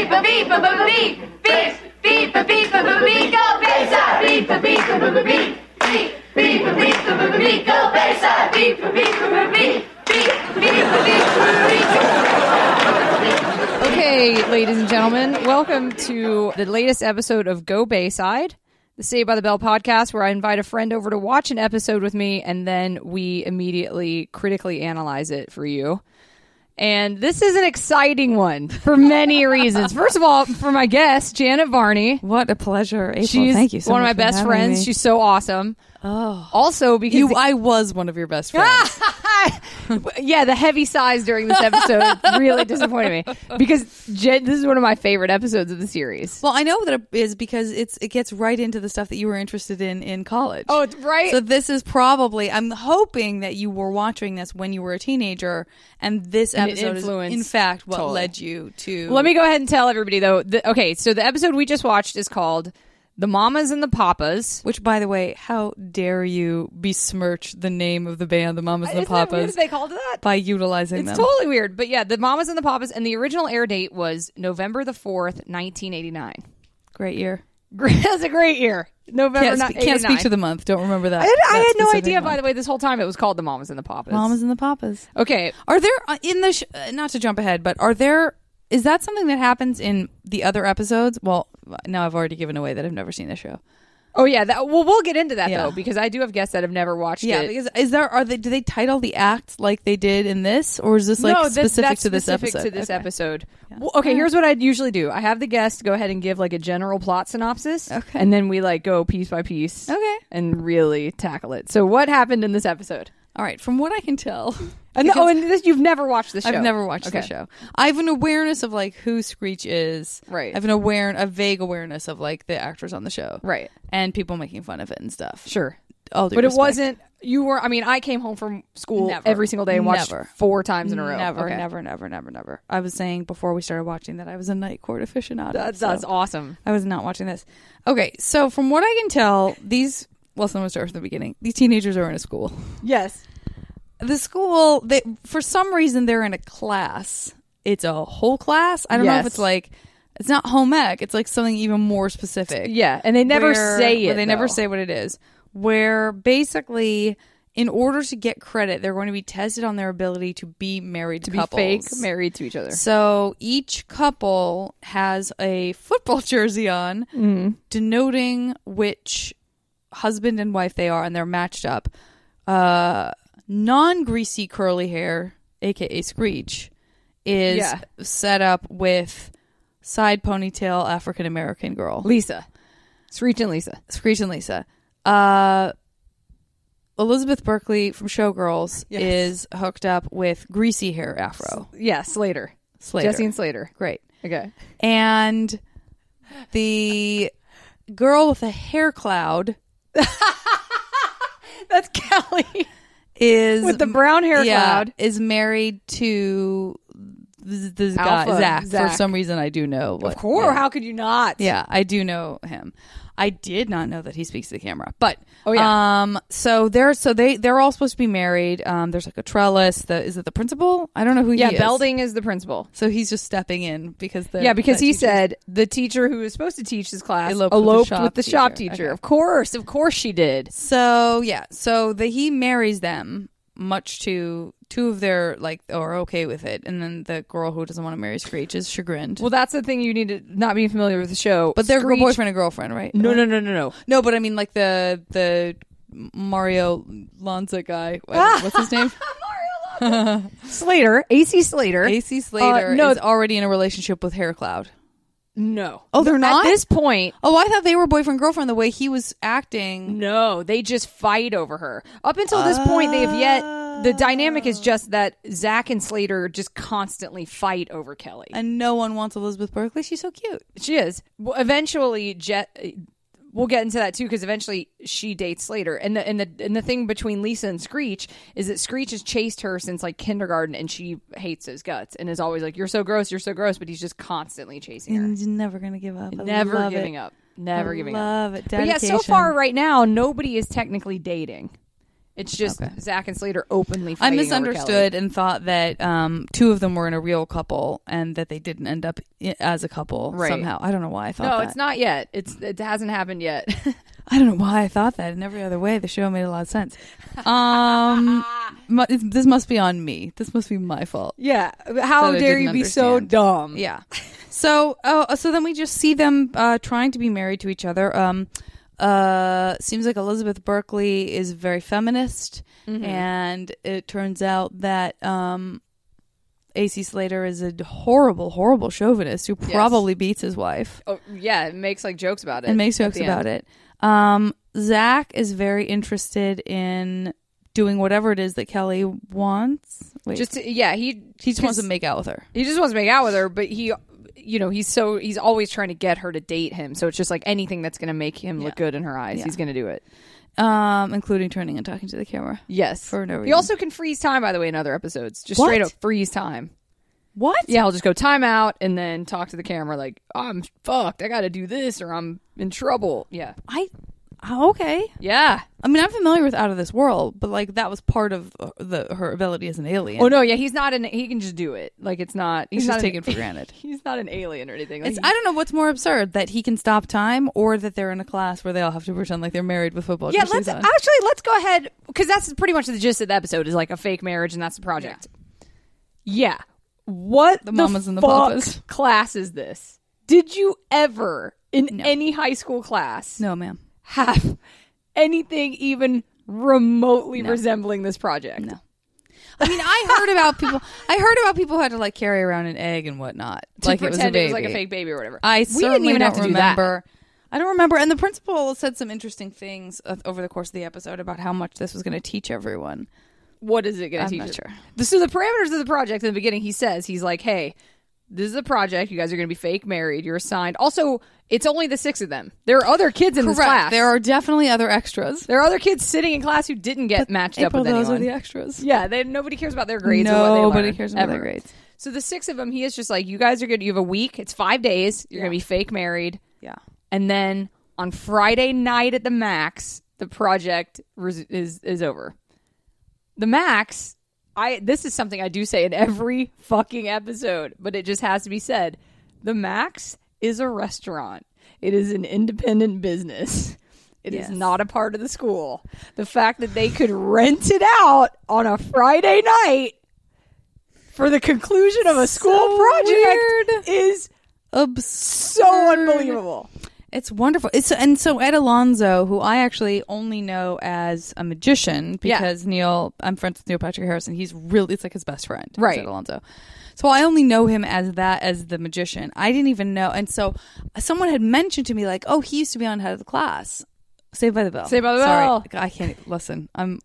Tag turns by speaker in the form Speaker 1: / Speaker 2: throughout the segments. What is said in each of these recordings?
Speaker 1: beep, beep, beep, beep, beep, beep, beep, beep, beep, go Besa. Beep, beep, beep, beep, beep, beep, beep, beep, beep, beep, beep, go Besa. Beep, beep, beep, beep, beep, beep, beep, beep, beep, beep.
Speaker 2: Okay, ladies and gentlemen, welcome to the latest episode of Go Bayside, the Saved by the Bell podcast, where I invite a friend over to watch an episode with me, and then we immediately critically analyze it for you. And this is an exciting one for many reasons. First of all, for my guest, Janet Varney.
Speaker 3: What a pleasure, April.
Speaker 2: She's
Speaker 3: Thank you so
Speaker 2: one of
Speaker 3: much
Speaker 2: my
Speaker 3: for
Speaker 2: best
Speaker 3: having
Speaker 2: friends.
Speaker 3: me.
Speaker 2: She's so awesome. Oh. Also, because
Speaker 3: you, I was one of your best friends.
Speaker 2: yeah, the heavy sighs during this episode really disappointed me because Jen, this is one of my favorite episodes of the series.
Speaker 3: well, I know that it is because it's it gets right into the stuff that you were interested in in college.
Speaker 2: Oh, it's right.
Speaker 3: So this is probably I'm hoping that you were watching this when you were a teenager, and this
Speaker 2: And it
Speaker 3: episode is in
Speaker 2: influenced-
Speaker 3: fact what
Speaker 2: totally.
Speaker 3: led you to.
Speaker 2: Let me go ahead and tell everybody though. The, okay, so the episode we just watched is called "The Mamas and the Papas."
Speaker 3: Which, by the way, how dare you besmirch the name of the band, the Mamas and the
Speaker 2: Isn't that weird
Speaker 3: Papas,
Speaker 2: they called it that?
Speaker 3: by utilizing
Speaker 2: It's
Speaker 3: them?
Speaker 2: totally weird, but yeah, the Mamas and the Papas, and the original air date was November the fourth, nineteen eighty nine.
Speaker 3: Great year.
Speaker 2: That's a great year, November.
Speaker 3: Can't,
Speaker 2: not-
Speaker 3: spe- can't speak
Speaker 2: 89.
Speaker 3: to the month. Don't remember that.
Speaker 2: I, didn't- I
Speaker 3: that
Speaker 2: had no
Speaker 3: specific
Speaker 2: idea,
Speaker 3: month.
Speaker 2: by the way, this whole time it was called the Mamas and the Papas.
Speaker 3: Mamas and the Papas.
Speaker 2: Okay,
Speaker 3: Are there uh, in the sh- uh, not to jump ahead, but are there is that something that happens in the other episodes? Well, now I've already given away that I've never seen the show.
Speaker 2: Oh yeah, that, well we'll get into that
Speaker 3: Yeah.
Speaker 2: though because I do have guests that have never watched
Speaker 3: Yeah,
Speaker 2: it.
Speaker 3: because is there are they do they title the act like they did in this, or is this like
Speaker 2: no,
Speaker 3: specific
Speaker 2: that's, that's
Speaker 3: to this
Speaker 2: specific
Speaker 3: episode?
Speaker 2: to this
Speaker 3: Okay.
Speaker 2: episode. Well, okay, here's what I'd usually do. I have the guest go ahead and give like a general plot synopsis,
Speaker 3: Okay.
Speaker 2: and then we like go piece by piece,
Speaker 3: Okay.
Speaker 2: and really tackle it. So what happened in this episode?
Speaker 3: All right, from what I can tell,
Speaker 2: And oh, and this you've never watched the show.
Speaker 3: I've never watched
Speaker 2: Okay.
Speaker 3: the show. I have an awareness of like who Screech is.
Speaker 2: Right.
Speaker 3: I have an aware, a vague awareness of like the actors on the show.
Speaker 2: Right.
Speaker 3: And people making fun of it and stuff.
Speaker 2: Sure,
Speaker 3: All due
Speaker 2: but it
Speaker 3: respect.
Speaker 2: wasn't. You were. I mean, I came home from school
Speaker 3: Never.
Speaker 2: every single day and watched
Speaker 3: Never.
Speaker 2: four times in a row.
Speaker 3: Never,
Speaker 2: Okay.
Speaker 3: never, never, never, never. I was saying before we started watching that I was a night court aficionado.
Speaker 2: That's,
Speaker 3: so
Speaker 2: that's awesome.
Speaker 3: I was not watching this. Okay, so from what I can tell, these well, so I'm gonna start from the beginning. These teenagers are in a school.
Speaker 2: Yes.
Speaker 3: The school, they for some reason they're in a class. It's a whole class. I don't know
Speaker 2: Yes.
Speaker 3: if it's like it's not home ec. It's like something even more specific.
Speaker 2: Yeah, and they never
Speaker 3: where-
Speaker 2: say it.
Speaker 3: where They never
Speaker 2: though.
Speaker 3: say what it is. Where basically, in order to get credit, they're going to be tested on their ability to be married
Speaker 2: to be
Speaker 3: couples.
Speaker 2: fake married to each other.
Speaker 3: So each couple has a football jersey on,
Speaker 2: Mm-hmm.
Speaker 3: denoting which husband and wife they are, and they're matched up. Uh, non greasy curly hair, aka Screech, is
Speaker 2: Yeah.
Speaker 3: set up with side ponytail African American girl.
Speaker 2: Lisa. Screech and Lisa.
Speaker 3: Screech and Lisa. Uh, Elizabeth Berkley from Showgirls
Speaker 2: Yes.
Speaker 3: is hooked up with greasy hair afro.
Speaker 2: Yeah, Slater.
Speaker 3: Slater.
Speaker 2: Jesse and Slater.
Speaker 3: Great.
Speaker 2: Okay.
Speaker 3: And the girl with a hair cloud
Speaker 2: That's Kelly.
Speaker 3: is
Speaker 2: With the brown hair
Speaker 3: yeah,
Speaker 2: cloud.
Speaker 3: is married to th- this
Speaker 2: Alpha,
Speaker 3: guy Zach.
Speaker 2: Zach.
Speaker 3: For some reason, I do know. What,
Speaker 2: Of course.
Speaker 3: yeah.
Speaker 2: How could you not?
Speaker 3: Yeah, I do know him. I did not know that he speaks to the camera. But
Speaker 2: Oh, yeah.
Speaker 3: um so they're so they they're all supposed to be married. Um there's like a trellis. The is it the principal? I don't know who
Speaker 2: Yeah,
Speaker 3: he is.
Speaker 2: Belding is the principal.
Speaker 3: So he's just stepping in because the
Speaker 2: yeah, because
Speaker 3: that
Speaker 2: he
Speaker 3: teacher's-
Speaker 2: said the teacher who was supposed to teach this class eloped,
Speaker 3: Eloped with the
Speaker 2: with the,
Speaker 3: shop
Speaker 2: shop teacher.
Speaker 3: teacher. Okay.
Speaker 2: Of course, of course she did.
Speaker 3: So yeah, so the he marries them much to two of their like are okay with it and then the girl who doesn't want to marry Screech is chagrined.
Speaker 2: Well, that's the thing you need to not be familiar with the show.
Speaker 3: but they're
Speaker 2: Screech-
Speaker 3: boyfriend and girlfriend, right?
Speaker 2: No, no, no, no, no.
Speaker 3: No, but I mean like the the Mario Lanza guy. What- What's his name?
Speaker 2: Slater, AC Slater.
Speaker 3: AC Slater
Speaker 2: Uh, no.
Speaker 3: is already in a relationship with Hair Cloud.
Speaker 2: no.
Speaker 3: Oh, they're not?
Speaker 2: At this point,
Speaker 3: Oh, I thought they were boyfriend girlfriend the way he was acting.
Speaker 2: No, they just fight over her. Up until this point, they have yet. The dynamic is just that Zach and Slater just constantly fight over Kelly.
Speaker 3: And no one wants Elizabeth Berkley. She's so cute.
Speaker 2: She is. Well, eventually, Je- we'll get into that too because eventually she dates Slater. And the and the and the thing between Lisa and Screech is that Screech has chased her since like kindergarten, and she hates his guts and is always like, "You're so gross, you're so gross," but he's just constantly chasing her,
Speaker 3: He's never gonna give up. I
Speaker 2: never
Speaker 3: love
Speaker 2: giving
Speaker 3: it.
Speaker 2: up, never
Speaker 3: I
Speaker 2: giving up.
Speaker 3: love it.
Speaker 2: But yeah, so
Speaker 3: Dedication.
Speaker 2: far right now, nobody is technically dating. It's just
Speaker 3: Okay.
Speaker 2: Zach and Slater openly.
Speaker 3: I
Speaker 2: fighting over Kelly.
Speaker 3: misunderstood and thought that um, two of them were in a real couple and that they didn't end up i- as a couple
Speaker 2: Right.
Speaker 3: somehow. I don't know why I thought
Speaker 2: No,
Speaker 3: that.
Speaker 2: it's not yet. It's it hasn't happened yet.
Speaker 3: I don't know why I thought that. In every other way, the show made a lot of sense. Um, mu- it's- this must be on me. This must be my fault.
Speaker 2: yeah. How
Speaker 3: That I
Speaker 2: dare
Speaker 3: didn't
Speaker 2: you be so
Speaker 3: understand.
Speaker 2: dumb?
Speaker 3: Yeah. So, oh, so then we just see them uh, trying to be married to each other. Um, uh, seems like Elizabeth Berkley is very feminist, and it turns out that um, AC Slater is a horrible, horrible chauvinist who probably beats his wife
Speaker 2: Oh, yeah. It makes like jokes about it.
Speaker 3: and makes jokes
Speaker 2: the
Speaker 3: about it. Um, Zach is very interested in doing whatever it is that Kelly wants. Wait,
Speaker 2: Just yeah. He
Speaker 3: he just wants to make out with her.
Speaker 2: he just wants to make out with her, but he, you know, he's so he's always trying to get her to date him. So it's just like anything that's going to make him look good in her eyes, he's going to do it.
Speaker 3: um, including turning and talking to the camera.
Speaker 2: Yes,
Speaker 3: For no
Speaker 2: He
Speaker 3: reason.
Speaker 2: also can freeze time. By the way, in other episodes, just
Speaker 3: What?
Speaker 2: straight up freeze time.
Speaker 3: What?
Speaker 2: Yeah, I'll just go timeout and then talk to the camera like I'm fucked. I got to do this or I'm in trouble. Yeah,
Speaker 3: I oh, okay.
Speaker 2: yeah.
Speaker 3: I mean, I'm familiar with Out of This World, but like that was part of uh, the her ability as an alien.
Speaker 2: Oh no, yeah. He's not an. He can just do it. Like it's not. He's,
Speaker 3: It's
Speaker 2: not
Speaker 3: just
Speaker 2: an-
Speaker 3: taken for granted.
Speaker 2: He's not an alien or anything. Like,
Speaker 3: It's,
Speaker 2: he-
Speaker 3: I don't know what's more absurd that he can stop time or that they're in a class where they all have to pretend like they're married with football.
Speaker 2: yeah, let's
Speaker 3: jerseys on.
Speaker 2: actually let's go ahead because that's pretty much the gist of the episode is like a fake marriage and that's the project. Yeah. What the,
Speaker 3: mamas and the
Speaker 2: fuck
Speaker 3: papas.
Speaker 2: class is this? Did you ever in any high school class
Speaker 3: no, ma'am.
Speaker 2: have anything even remotely resembling this project?
Speaker 3: No. I mean, I heard about people. I heard about people who had to like carry around an egg and whatnot,
Speaker 2: To
Speaker 3: like
Speaker 2: pretend
Speaker 3: it was a baby.
Speaker 2: like a fake baby or whatever.
Speaker 3: I
Speaker 2: we didn't
Speaker 3: certainly
Speaker 2: even
Speaker 3: don't
Speaker 2: have to do that.
Speaker 3: remember. I don't remember. And the principal said some interesting things uh, over the course of the episode about how much this was going to teach everyone.
Speaker 2: what is it going to
Speaker 3: I'm
Speaker 2: teach?
Speaker 3: not
Speaker 2: us?
Speaker 3: sure.
Speaker 2: The- So the parameters of the project in the beginning, he says he's like, "Hey, this is a project. You guys are going to be fake married. You're assigned. Also, it's only the six of them. There are other kids in this class.
Speaker 3: There are definitely other extras.
Speaker 2: there are other kids sitting in class who didn't get matched
Speaker 3: April,
Speaker 2: up with
Speaker 3: those
Speaker 2: anyone.
Speaker 3: are the extras.
Speaker 2: yeah, they, nobody cares about their grades. or what they
Speaker 3: Nobody
Speaker 2: learn,
Speaker 3: cares about their
Speaker 2: ever.
Speaker 3: grades.
Speaker 2: So the six of them, he is just like, "You guys are good. You have a week. It's five days. You're going to be fake married,
Speaker 3: Yeah.
Speaker 2: and then on Friday night at the Max, the project res- is is over. The Max, I this is something I do say in every fucking episode, but it just has to be said. The Max is a restaurant. It is an independent business. It is
Speaker 3: Yes.
Speaker 2: not a part of the school. The fact that they could rent it out on a Friday night for the conclusion of a school
Speaker 3: So
Speaker 2: project is
Speaker 3: Absurd.
Speaker 2: so unbelievable.
Speaker 3: It's wonderful. It's and so Ed Alonzo, who I actually only know as a magician
Speaker 2: Yeah.
Speaker 3: because Neil, I'm friends with Neil Patrick Harris, and he's really it's like his best friend, is
Speaker 2: Right.
Speaker 3: Ed Alonzo. So I only know him as that as the magician. I didn't even know, and so someone had mentioned to me like, oh, he used to be on Head of the Class, Saved by the Bell.
Speaker 2: Saved by the
Speaker 3: Sorry.
Speaker 2: Bell.
Speaker 3: I can't listen. I'm.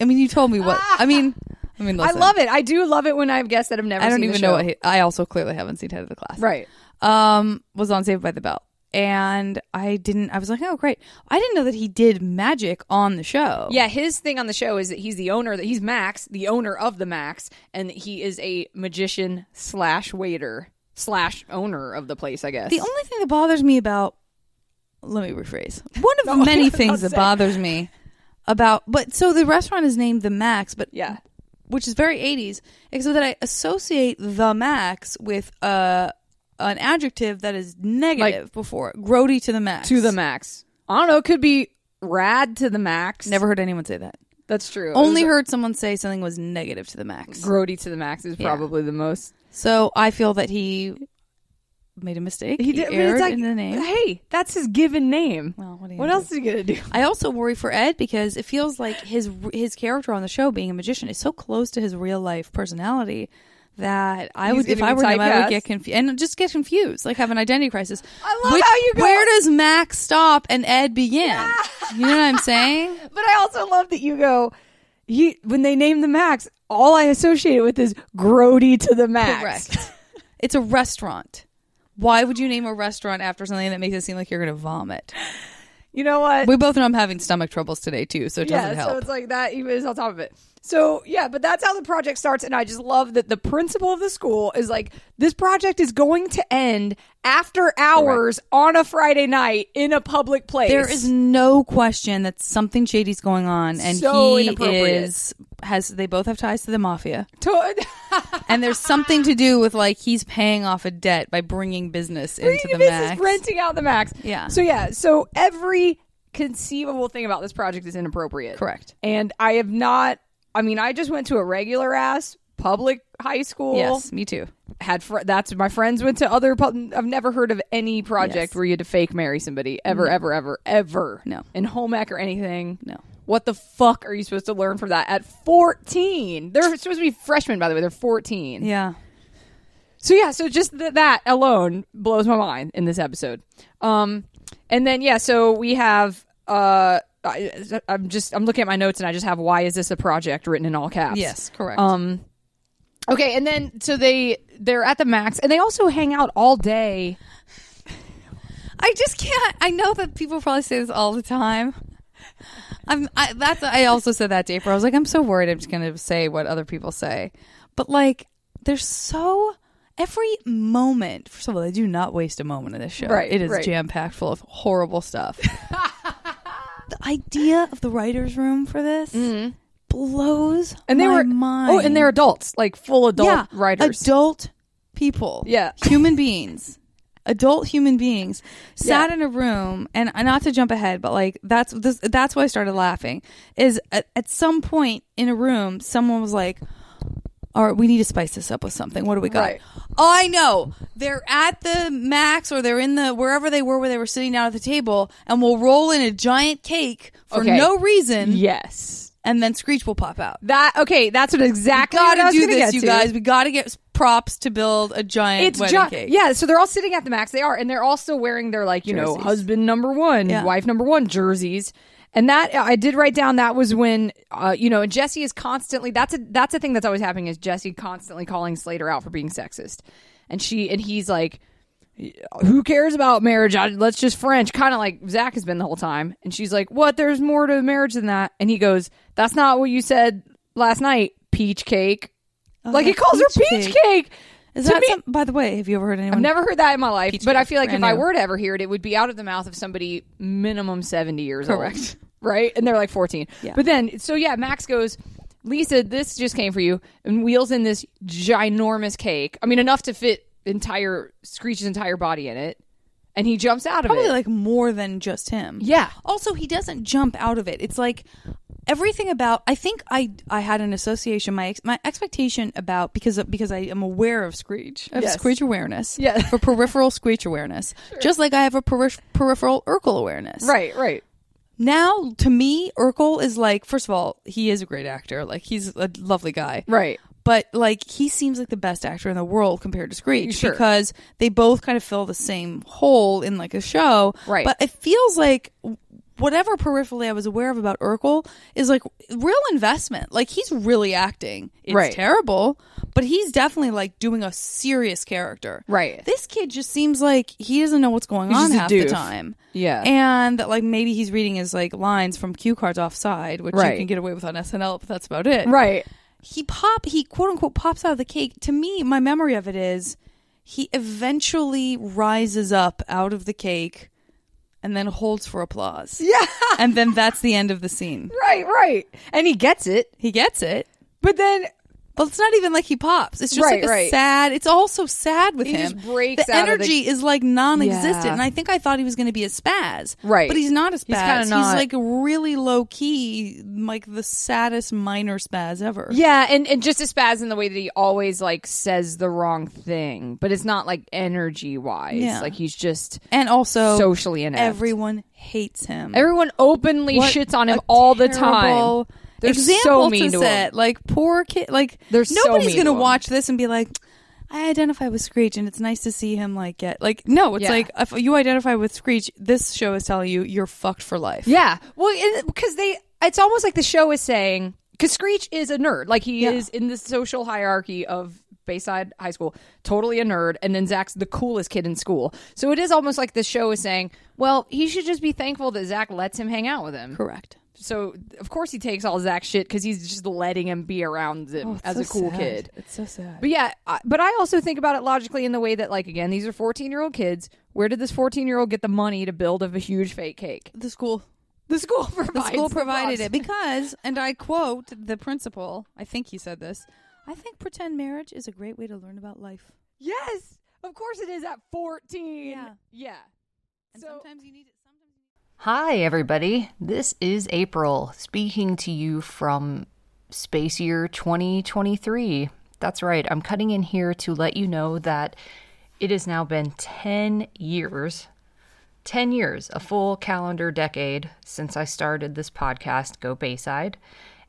Speaker 3: I mean, you told me what. I mean, I mean,
Speaker 2: Ah! I
Speaker 3: listen.
Speaker 2: love it. I do love it when I have guests that have never.
Speaker 3: I don't
Speaker 2: seen the
Speaker 3: even know
Speaker 2: show.
Speaker 3: what he, I also clearly haven't seen Head of the Class
Speaker 2: right.
Speaker 3: um, was on Saved by the Bell. And I didn't, I was like, oh, great. I didn't know that he did magic on the show.
Speaker 2: Yeah, his thing on the show is that he's the owner. That he's Max, the owner of the Max, and that he is a magician slash waiter slash owner of the place. I guess.
Speaker 3: The only thing that bothers me about, let me rephrase, one of many things that bothers me about, but so the restaurant is named The Max, but
Speaker 2: yeah.
Speaker 3: which is very 80s, except that I associate The Max with uh, an adjective that is negative before it. Grody to the Max.
Speaker 2: To the max. I don't know. It could be rad to the max.
Speaker 3: Never heard anyone say that.
Speaker 2: That's true.
Speaker 3: Only
Speaker 2: It
Speaker 3: heard someone say something was negative to the max.
Speaker 2: was- grody to the max is probably the most.
Speaker 3: So I feel that he made a mistake. He,
Speaker 2: but
Speaker 3: erred in the name.
Speaker 2: Hey, that's his given name.
Speaker 3: Well, what are you
Speaker 2: what
Speaker 3: gonna
Speaker 2: else is he gonna do?
Speaker 3: I also worry for Ed because it feels like his his character on the show being a magician is so close to his real life personality that I
Speaker 2: He's
Speaker 3: would, if
Speaker 2: gonna
Speaker 3: I
Speaker 2: be
Speaker 3: were him, I
Speaker 2: typecast.
Speaker 3: would get confused and just get confused, like have an identity crisis.
Speaker 2: I love how you go-
Speaker 3: Where does Max stop and Ed begin? You know what I'm saying?
Speaker 2: But I also love that you go. He when they name the max, all I associate it with is grody to the max.
Speaker 3: Correct. it's a restaurant. Why would you name a restaurant after something that makes it seem like you're going to vomit?
Speaker 2: You know what?
Speaker 3: We both know I'm having stomach troubles today too, so it doesn't
Speaker 2: yeah,
Speaker 3: help.
Speaker 2: so it's like that even is on top of it. So yeah, but that's how the project starts, and I just love that the principal of the school is like, this project is going to end after hours on a Friday night in a public place.
Speaker 3: There is no question that something shady's going on, and
Speaker 2: So
Speaker 3: he
Speaker 2: inappropriate.
Speaker 3: is has. They both have ties to the mafia,
Speaker 2: To-
Speaker 3: and there's something to do with like he's paying off a debt by bringing business into the
Speaker 2: this
Speaker 3: max.
Speaker 2: is renting out the max.
Speaker 3: Yeah.
Speaker 2: So yeah. So every conceivable thing about this project is inappropriate.
Speaker 3: Correct.
Speaker 2: And I have not. I mean, I just went to a regular ass public high school.
Speaker 3: Yes, me too.
Speaker 2: Had fr- that's my friends went to other. Pub- I've never heard of any project
Speaker 3: Yes.
Speaker 2: where you had to fake marry somebody ever, ever, ever, ever.
Speaker 3: No.
Speaker 2: In home ec or anything.
Speaker 3: No.
Speaker 2: What the fuck are you supposed to learn from that at 14? They're supposed to be freshmen, by the way. They're 14.
Speaker 3: Yeah,
Speaker 2: So yeah, so just th- that alone blows my mind in this episode. Um, and then yeah, so we have uh, I, I'm just I'm looking at my notes and I just have why is this a project written in all caps?
Speaker 3: yes, correct.
Speaker 2: Um, okay, and then so they they're at the max and they also hang out all day.
Speaker 3: I just can't. I know that people probably say this all the time. I'm. I, that's. I also said that to April. I was like, I'm so worried. I'm just gonna say what other people say, but like, they're so. Every moment, first of all, they do not waste a moment of this show.
Speaker 2: Right,
Speaker 3: it is
Speaker 2: right.
Speaker 3: jam packed full of horrible stuff. the idea of the writers' room for this blows
Speaker 2: Mm-hmm. And they
Speaker 3: my
Speaker 2: were
Speaker 3: mind.
Speaker 2: oh, and they're adults, like full adult writers.
Speaker 3: Adult people.
Speaker 2: Yeah.
Speaker 3: Human beings. Adult human beings sat in a room and uh, not to jump ahead, but like that's this that's why I started laughing. Is at, at some point in a room, someone was like, all right, we need to spice this up with something. What do we got?
Speaker 2: Right.
Speaker 3: I know. They're at the max or they're in the wherever they were where they were sitting down at the table and we'll roll in a giant cake for
Speaker 2: Okay.
Speaker 3: no reason
Speaker 2: yes,
Speaker 3: and then Screech will pop out
Speaker 2: that okay. That's what exactly what I
Speaker 3: gotta
Speaker 2: was
Speaker 3: do
Speaker 2: gonna
Speaker 3: this,
Speaker 2: get
Speaker 3: you
Speaker 2: to.
Speaker 3: guys. We gotta get s- props to build a giant
Speaker 2: it's
Speaker 3: wedding
Speaker 2: just
Speaker 3: cake.
Speaker 2: yeah so they're all sitting at the max they are and they're all still wearing their like you know
Speaker 3: Jerseys.
Speaker 2: husband number one
Speaker 3: Yeah.
Speaker 2: wife number one jerseys and that i did write down that was when uh, you know jesse is constantly that's a that's a thing that's always happening is jesse constantly calling slater out for being sexist and she and he's like who cares about marriage I, let's just french kind of like zach has been the whole time and she's like what there's more to marriage than that and he goes that's not what you said last night peach cake like he calls her
Speaker 3: Oh, peach
Speaker 2: peach cake,
Speaker 3: cake. Is
Speaker 2: To
Speaker 3: that
Speaker 2: me-
Speaker 3: some, by the way, have you ever heard anyone?
Speaker 2: I've never heard that in my life,
Speaker 3: Peach
Speaker 2: but I
Speaker 3: cake,
Speaker 2: feel like if
Speaker 3: brand
Speaker 2: I
Speaker 3: new.
Speaker 2: were to ever hear it, it would be out of the mouth of somebody minimum 70 years
Speaker 3: Correct.
Speaker 2: old. Right? And they're like 14.
Speaker 3: Yeah.
Speaker 2: But then, so yeah, Max goes, Lisa, this just came for you, and wheels in this ginormous cake. I mean, enough to fit entire Screech's entire body in it. And he jumps out of
Speaker 3: probably
Speaker 2: it.
Speaker 3: like more than just him.
Speaker 2: yeah.
Speaker 3: Also, he doesn't jump out of it. It's like everything about. I think I I had an association. My ex, my expectation about because because I am aware of screech. I have
Speaker 2: Yes.
Speaker 3: screech awareness.
Speaker 2: Yeah.
Speaker 3: For peripheral screech awareness, just like I have a perif- peripheral Urkel awareness.
Speaker 2: Right, right.
Speaker 3: now, to me, Urkel is like. First of all, he is a great actor. Like he's a lovely guy.
Speaker 2: Right.
Speaker 3: but like he seems like the best actor in the world compared to Screech
Speaker 2: Sure.
Speaker 3: because they both kind of fill the same hole in like a show.
Speaker 2: Right.
Speaker 3: But it feels like whatever peripherally I was aware of about Urkel is like real investment. Like he's really acting. It's
Speaker 2: Right.
Speaker 3: terrible, but he's definitely like doing a serious character.
Speaker 2: Right.
Speaker 3: This kid just seems like he doesn't know what's going
Speaker 2: He's
Speaker 3: on
Speaker 2: just a
Speaker 3: half the
Speaker 2: doof.
Speaker 3: time.
Speaker 2: Yeah.
Speaker 3: And that like maybe he's reading his like lines from cue cards offside, which
Speaker 2: Right.
Speaker 3: you can get away with on SNL, but that's about it
Speaker 2: Right.
Speaker 3: he pop he quote unquote pops out of the cake to me my memory of it is he eventually rises up out of the cake and then holds for applause
Speaker 2: Yeah.
Speaker 3: and then that's the end of the scene
Speaker 2: Right, right. And he gets it.
Speaker 3: he gets it
Speaker 2: But then
Speaker 3: but it's not even like he pops it's just
Speaker 2: Right,
Speaker 3: like a
Speaker 2: right.
Speaker 3: sad it's all so sad with
Speaker 2: He
Speaker 3: him
Speaker 2: just breaks
Speaker 3: the
Speaker 2: out of the-
Speaker 3: energy is like non-existent
Speaker 2: Yeah.
Speaker 3: and i think i thought he was going to be a spaz
Speaker 2: Right.
Speaker 3: but he's not a spaz
Speaker 2: He's kinda not.
Speaker 3: like really low key like the saddest minor spaz ever
Speaker 2: Yeah, and, and just a spaz in the way that he always like says the wrong thing, but it's not like energy wise.
Speaker 3: Yeah.
Speaker 2: Like he's just
Speaker 3: and also
Speaker 2: socially inept.
Speaker 3: Everyone hates him.
Speaker 2: Everyone openly
Speaker 3: What
Speaker 2: shits on him
Speaker 3: a
Speaker 2: all the time.
Speaker 3: terrible
Speaker 2: They're
Speaker 3: example
Speaker 2: so mean
Speaker 3: to,
Speaker 2: to,
Speaker 3: set.
Speaker 2: him.
Speaker 3: Like poor kid. Like
Speaker 2: They're so
Speaker 3: nobody's
Speaker 2: mean
Speaker 3: gonna
Speaker 2: to him.
Speaker 3: watch this and be like, I identify with Screech, and it's nice to see him like get like. No, it's
Speaker 2: Yeah.
Speaker 3: like if you identify with Screech, this show is telling you you're fucked for life.
Speaker 2: Yeah, well, because they, it's almost like the show is saying because Screech is a nerd, like he
Speaker 3: Yeah.
Speaker 2: is in the social hierarchy of Bayside High School, totally a nerd, and then Zach's the coolest kid in school. So it is almost like the show is saying, well, he should just be thankful that Zach lets him hang out with him.
Speaker 3: Correct.
Speaker 4: So of course he takes all Zach's shit because he's just letting him be around him
Speaker 3: Oh, it's
Speaker 4: as
Speaker 3: so
Speaker 4: a cool
Speaker 3: sad.
Speaker 4: kid.
Speaker 3: It's so sad.
Speaker 4: But yeah, I, but I also think about it logically in the way that, like, again, these are 14 year old kids. Where did this 14 year old get the money to build a huge fake cake?
Speaker 3: the school
Speaker 4: The school provided.
Speaker 3: the school provided it because and i quote the principal i think he said this i think pretend marriage is a great way to learn about life
Speaker 4: Yes, of course it is at 14.
Speaker 3: Yeah.
Speaker 4: yeah.
Speaker 3: and
Speaker 4: So-
Speaker 3: sometimes you need it sometimes
Speaker 2: Hi, everybody. This is April speaking to you from Space Year 2023. That's right. I'm cutting in here to let you know that it has now been 10 years, 10 years, a full calendar decade since I started this podcast, Go Bayside.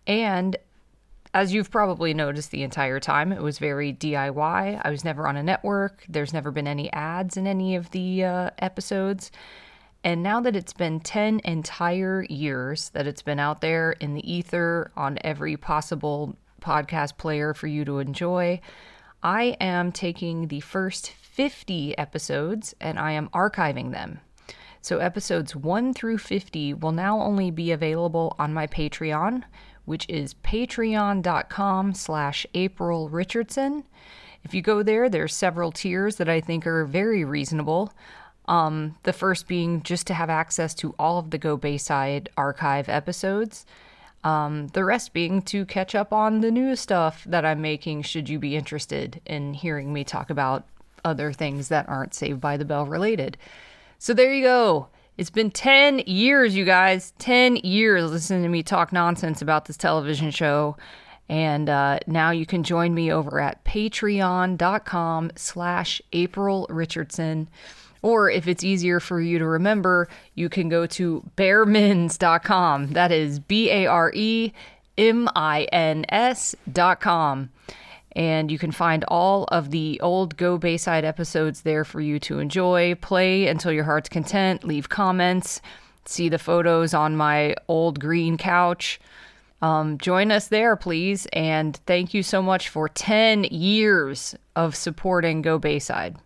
Speaker 2: And as you've probably noticed the entire time, it was very DIY. I was never on a network. There's never been any ads in any of the uh, episodes. And now that it's been 10 entire years that it's been out there in the ether on every possible podcast player for you to enjoy, I am taking the first 50 episodes and I am archiving them. So episodes 1 through 50 will now only be available on my Patreon, which is patreon.com slash April Richardson. If you go there, there's several tiers that I think are very reasonable. Um, the first being just to have access to all of the Go Bayside archive episodes. Um, the rest being to catch up on the new stuff that I'm making, should you be interested in hearing me talk about other things that aren't Saved by the Bell related. So there you go. It's been 10 years, you guys. 10 years listening to me talk nonsense about this television show. And uh, now you can join me over at patreon.com slash April Richardson. Or if it's easier for you to remember, you can go to bearmins.com. That is B A R E M I N S.com. And you can find all of the old Go Bayside episodes there for you to enjoy, play until your heart's content, leave comments, see the photos on my old green couch. Um, join us there, please. And thank you so much for 10 years of supporting Go Bayside.